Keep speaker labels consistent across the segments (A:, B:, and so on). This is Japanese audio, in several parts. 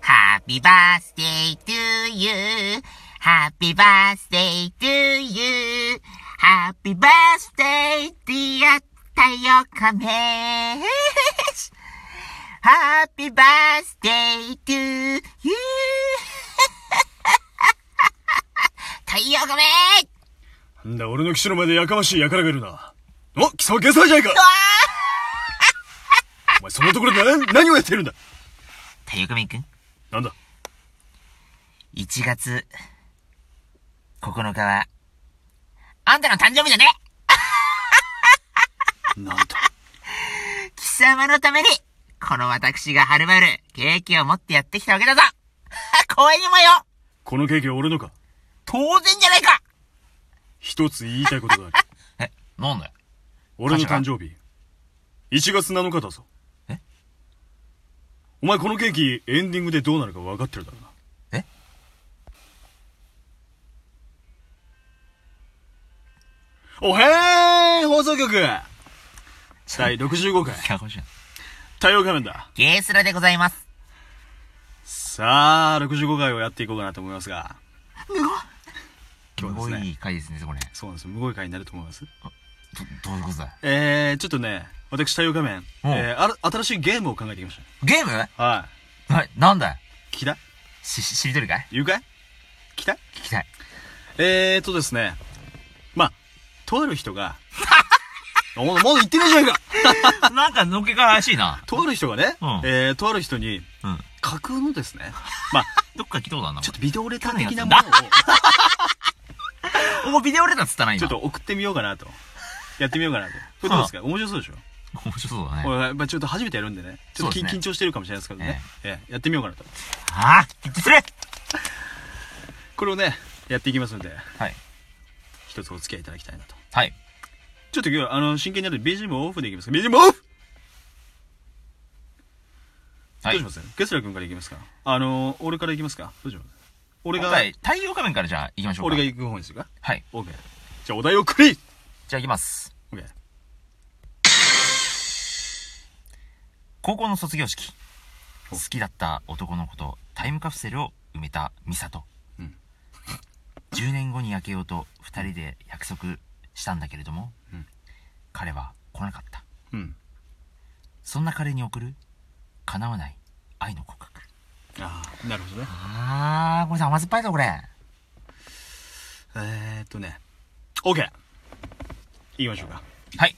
A: Happy birthday to you. Happy birthday to you. Happy birthday, dear 太陽亀。Happy birthday to you. 太陽亀
B: なんだ、俺の騎士の前でやかましい輩がいるな。お、貴様、ゲスじゃないか
A: うわ
B: お前、そのところでな何をやっているんだ
A: ー太陽亀くん、
B: なんだ
A: 1月9日は、あんたの誕生日だね
B: なんと。
A: 貴様のために、この私がはるばるケーキを持ってやってきたわけだぞ 怖いにもよ
B: このケーキは俺のか
A: 当然じゃないか
B: 一つ言いたいことがある。
A: え、なんだよ
B: 俺の誕生日。1月7日だぞ。
A: え
B: お前、このケーキ、エンディングでどうなるか分かってるだろうな。
A: え
B: おへー放送局第65回、太陽仮面だ。
A: ゲースラでございます。
B: さあ、65回をやっていこうかなと思いますが。今日はですね
A: ごい回ですね、これ。
B: そうなんですよ。無声会になると思います。
A: ど、どういうことだ
B: えー、ちょっとね、私、太陽仮面、
A: うん
B: えーあら、新しいゲームを考えてきまし
A: ゲームは、
B: た。はい
A: なんだよ
B: い。聞きたい
A: し、ししりとりかい
B: 言うかい聞きたい
A: 聞きたい。
B: えーとですね、まあ、とある人 が、おまだ言ってないじゃないか
A: なんか、のっけから怪しいな。
B: とある人がね、
A: うん
B: えー、とある人に、
A: うん。
B: 架空 のですね、まあ、
A: どっか来たことあんな、
B: ちょ
A: ち
B: っ
A: ょ
B: とビデオレター的なも
A: 去年
B: の
A: やっ、
B: を
A: っと、おビデオレターっつったな、今。
B: ちょっと送ってみようかなと。やってみようかなと。これどうですか面白そうでしょ
A: 面白そうだね。
B: これまあちょっと初めてやるんでね、ちょっとき、
A: そうですね
B: 緊張してるかもしれないですけどね、ええやってみようかなと。
A: はぁ緊張する
B: これをね、やっていきますので、
A: はい。
B: 一つお付き合いいただきたいなと。
A: はい。
B: ちょっと今日、あの、真剣にやるんで BGM オフでいきますか ?BGM オフ
A: は
B: どうしますゲスラ君からいきますかあの、俺からいきますかどうします俺
A: 今
B: が、
A: 回、太陽仮面からじゃあ行きましょうか。
B: 俺が行く方にするか
A: はい。
B: ?OK。じゃあお題をくれ !OK。
A: じゃあ行きます。高校の卒業式。
B: お
A: 好きだった男の子とタイムカプセルを埋めた美里。
B: うん
A: 10年後に明けようと2人で約束したんだけれども、
B: うん
A: 彼は来なかった。
B: うん。
A: そんな彼に送る、叶わない愛の告白。
B: ああ、なるほどね。
A: あー、これさ、甘酸っぱいぞ、これ。
B: えーっとね。OK! 行きましょうか。
A: はい。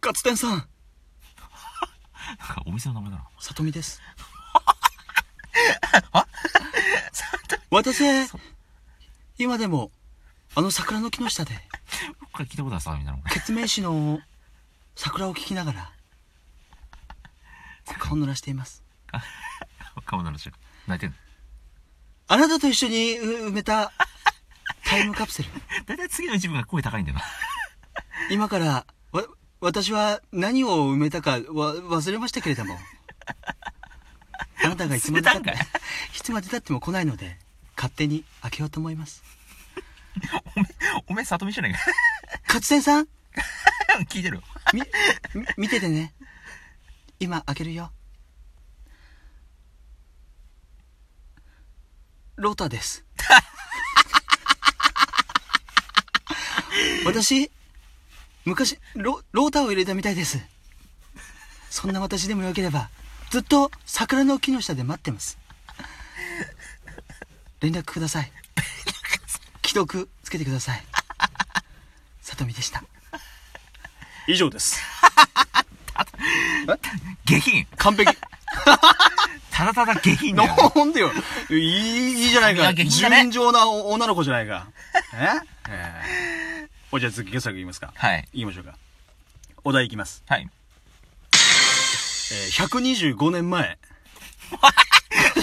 B: ガッツテンさん、
A: なんかお店の名前だな。
B: さと みです。 私、今でも、あの桜の木の下で、
A: どっか聞いたことあるさ、みたいなのこれ。
B: ケツメイシの桜を聴きながら、顔濡らしています。
A: 顔ならし泣いてんの。
B: あなたと一緒にう埋めたタイムカプセル。
A: だいたい次の一部が声高い んだよな。
B: 今から、わ、私は何を埋めたかわ忘れましたけれども。あなたがいつまでた
A: 忘
B: っ
A: れた
B: て、
A: ん
B: い
A: かい
B: つまでたっても来ないので、勝手に開けようと思います。
A: おめえ、里見じゃないか。
B: 勝ツさん、
A: 聞いてる。
B: み、み見ててね。今開けるよ。ロータ です。私、昔、ロ、ロータを入れたみたいです。そんな私でもよければ、ずっと桜の木の下で待ってます。連絡ください。既読つけてください。さとみでした。以上です。
A: 下品。
B: 完璧。
A: ただただ下 品だよ。
B: なんでよ。いい、いいじゃないか。
A: いや下品だね
B: 純情なお女の子じゃないか。えええおじゃあ次、ゲスト言いますか。
A: はい。
B: いきましょうか。お題いきます。
A: はい。
B: えー、125年前。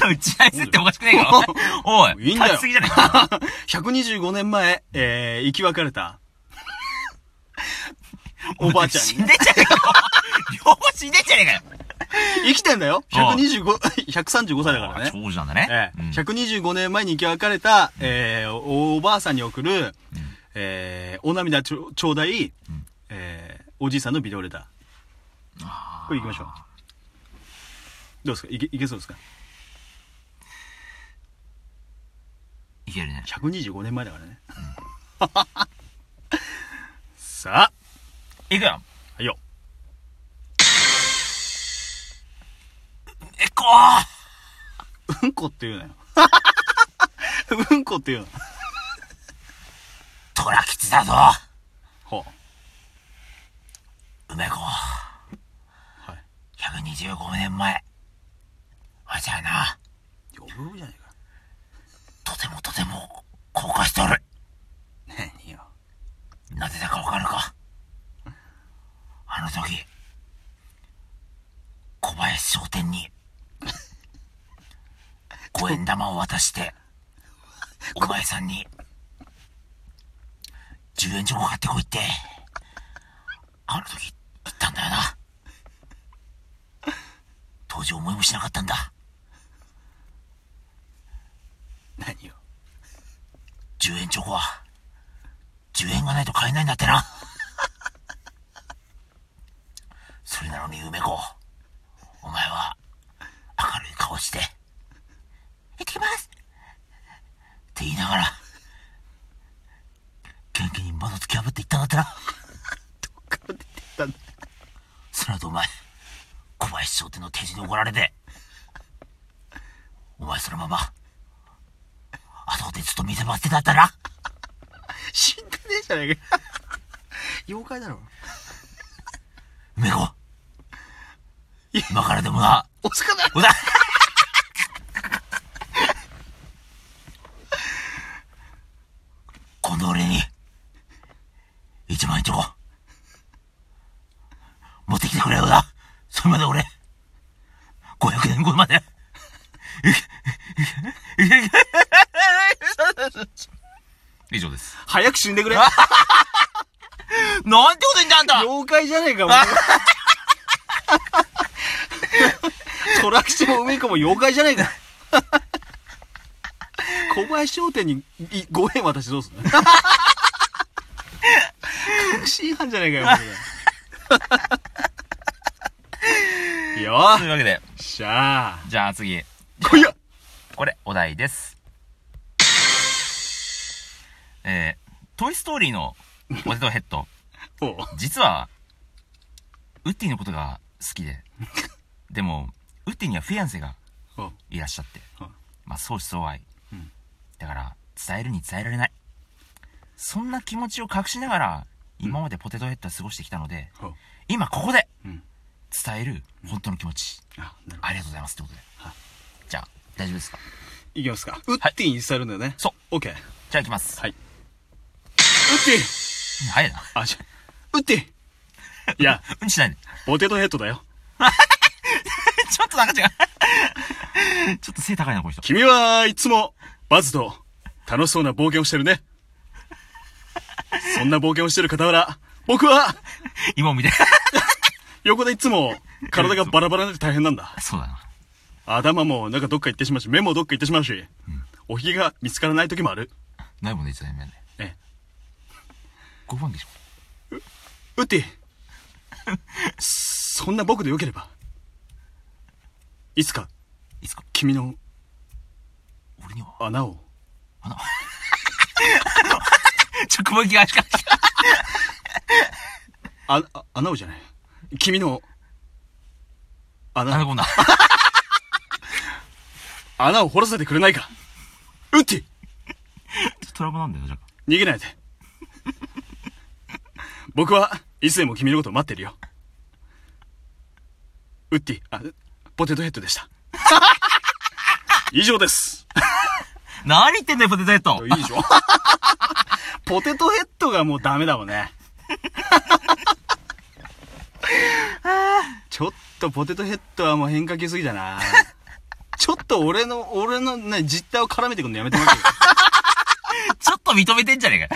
A: 打ち合いするっておかしくねえかおい。お
B: いいんだよ
A: 立ちすぎじゃないか。
B: 125年前、えー、生き別 れた。おばあちゃん
A: 死んでんじゃねえかよ。両方死んでんじゃねえかよ。
B: 生きてんだよ。125、135歳だからね。
A: 長寿なんだね。
B: ええ
A: うん
B: 125年前に生き別れた、えーおおばあさんに送る、えーお涙ちょちょうだい、えーおじいさんのビデオレター。これ行きましょう。どうですかいけ、いけそうですか
A: いけるね。
B: ?125 年前だからね。 さあ、
A: いくよ。
B: はいよ。
A: えこー
B: うんこって言うなよ。 うんこって言うな。
A: トラキツだぞ
B: ほう。
A: 梅子。
B: はい。
A: 125年前。わしはな、
B: 呼ぶじゃね
A: とてもとても、高架しておる。
B: えか。何よ。
A: なぜだかわかるかあの時、小林商店に、五円玉を渡して、お前さんに、10円チョコ買ってこいって、あの時言ったんだよな。当時思いもしなかったんだ。
B: 何よ。
A: 10円チョコは、10円がないと買えないんだってな。 それなのに梅子、お前は、明るい顔して、行ってきますって言いながら、元気に窓突き破って行ったんだってな。
B: から出てきたんだ
A: その後お前、小林商店の手順に怒られて、お前そのまま、後でちょっと店ばってだったな。
B: 死んでねえじゃねえか。 妖怪だろ。
A: 梅子
B: いや。
A: 今からでもな、
B: お魚
A: うだ今度俺に、一万円チョコ、持ってきてくれよだ。それまで俺、500年後まで、いけいけいけいけ以上です。
B: 早く死んでくれ。
A: なんてこと言んだあんた
B: 妖怪じゃねえか、もう。 トラキシも梅子も妖怪じゃねえか。小林商店にい5円渡してどうすんの確信犯じゃねえか よ、もうよ
A: というわけで、
B: っしゃ
A: じゃあ次、
B: ー。来いや
A: これ、お題です。えー、トイストーリーのポテトヘッド。
B: おう
A: 実は、ウッディのことが好きで。でも、ウッディにはフィアンセが
B: おう
A: いらっしゃって。
B: はい
A: まあ、相思相愛。
B: うん
A: だから、伝えるに伝えられない。そんな気持ちを隠しながら、今までポテトヘッドは過ごしてきたので、
B: おう
A: 今ここで
B: うん
A: 伝える本当の気持ち。
B: あ、なるほ
A: ありがとうございますってことで
B: はい。
A: じゃあ、大丈夫ですか
B: ど。いきますか。ウッディに伝えるんだよね。。
A: そう
B: オッケー。ウッ
A: じゃあ行きます。
B: はいディ
A: 早いな。
B: あ、じゃ、ウッディいや、
A: うんちしないね。
B: ポテトヘッドだよ。
A: ちょっとなんか違う。 ちょっと背高いな、この人。
B: 君はいつも、バズと、楽しそうな冒険をしてるね。そんな冒険をしてる傍ら、僕は、
A: 今見て。
B: 横でいつも、体がバラバラで大変なんだ。
A: そうだな。
B: 頭もなんかどっか行ってしまうし、目もどっか行ってしまうし、おひげが見つからない時もある。
A: ないもんね、一応やめんね。
B: え
A: 5番でしょ。
B: ウッ ディ、そんな僕でよければ、いつか、
A: いつか、
B: 君の
A: 俺には。
B: 穴を、
A: ちょ、雲行きがしか。
B: あ、あ穴をじゃない。君の、
A: あ
B: 穴
A: の、、こんな。
B: 穴を掘らせてくれないか。ウッディ
A: トラブなんだよ、じゃ
B: 逃げないで。僕はいつでも君のことを待ってるよ。ウッディ、あ、ポテトヘッドでした。以上です。
A: あ。何言ってんだよ、ポテトヘッド。
B: いいでしょポテトヘッドがもうダメだもんね。ちょっとポテトヘッドはもう変化球すぎだな。ちょっと俺の、俺のね、実態を絡めてくんのやめてもらっていい
A: ちょっと認めてんじゃねえか。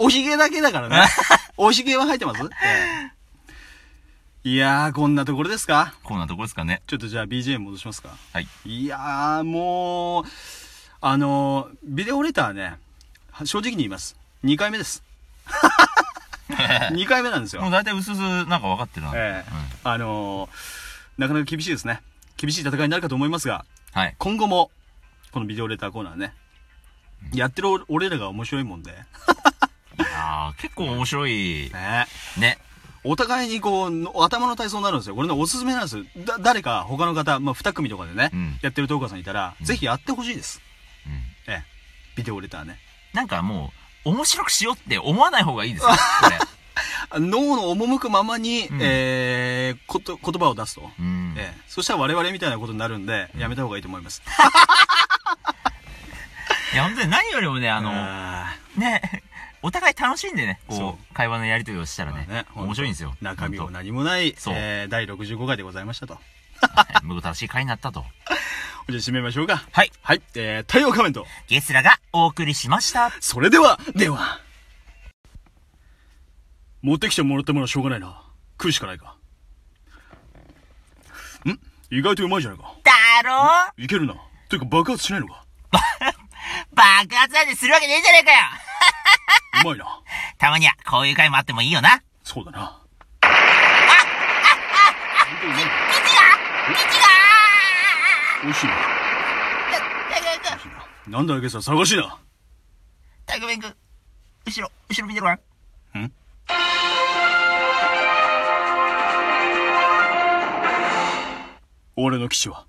B: おひげだけだからね。おひげは生えてます、ええいやー、こんなところですか
A: こんなとこですかね。
B: ちょっとじゃあ BGM 戻しますか。
A: はい。
B: いやー、もう、あのー、ビデオレターね、は正直に言います。2回目です。 2回目な んですよ
A: もう。大体薄々なんか分かってるな。
B: ええ
A: うん
B: あのーなかなか厳しいですね。厳しい戦いになるかと思いますが、
A: はい。
B: 今後も、このビデオレターコーナーね、やってる俺らが面白いもんで、
A: いやー結構面白い。
B: ね、
A: ね。
B: お互いにこうの、頭の体操になるんですよ。これね、おすすめなんですよ。だ、誰か他の方、まあ、二組とかでね、
A: うん
B: やってるトーカーさんいたら、ぜひやってほしいです。
A: うん
B: ええ。ビデオレターね。
A: なんかもう、面白くしようって思わない方がいいですよ。こ れ。
B: 脳の赴くままに、
A: うん
B: えーこと、言葉を出すと。
A: うん。
B: ええ。そしたら我々みたいなことになるんで、やめた方がいいと思います。
A: いや、本当に何よりもね、あの、
B: あ
A: ね、 お互い楽しんでね、
B: そ
A: こ
B: う
A: う、会話のやりとりをしたら
B: ー
A: ね、
B: ね
A: 面白いんですよ。
B: 中身も
A: 本
B: 何もない、
A: そう
B: えー第65回でございましたと。
A: 当はい無駄正しい会になったと。
B: じゃあ締めましょうか。
A: はい。
B: はい。えー、太陽仮面と。
A: ゲスラがお送りしました。
B: それでは、では。持ってきてもらったものはしょうがないな。食うしかないか。ん意外とうまいじゃないか。
A: だろ
B: いけるな。というか爆発しないのか。
A: 爆発なんてするわけねえじゃねえかよ
B: うまいな。
A: たまにはこういう会もあってもいいよな。
B: そうだな。
A: 道が道
B: 美味しいな。
A: がた、たくみくん、
B: 美味しいな。なんだよ、今朝探しいな。
A: たくみくん、後ろ、後ろ見てごらん。
B: 俺の基地は、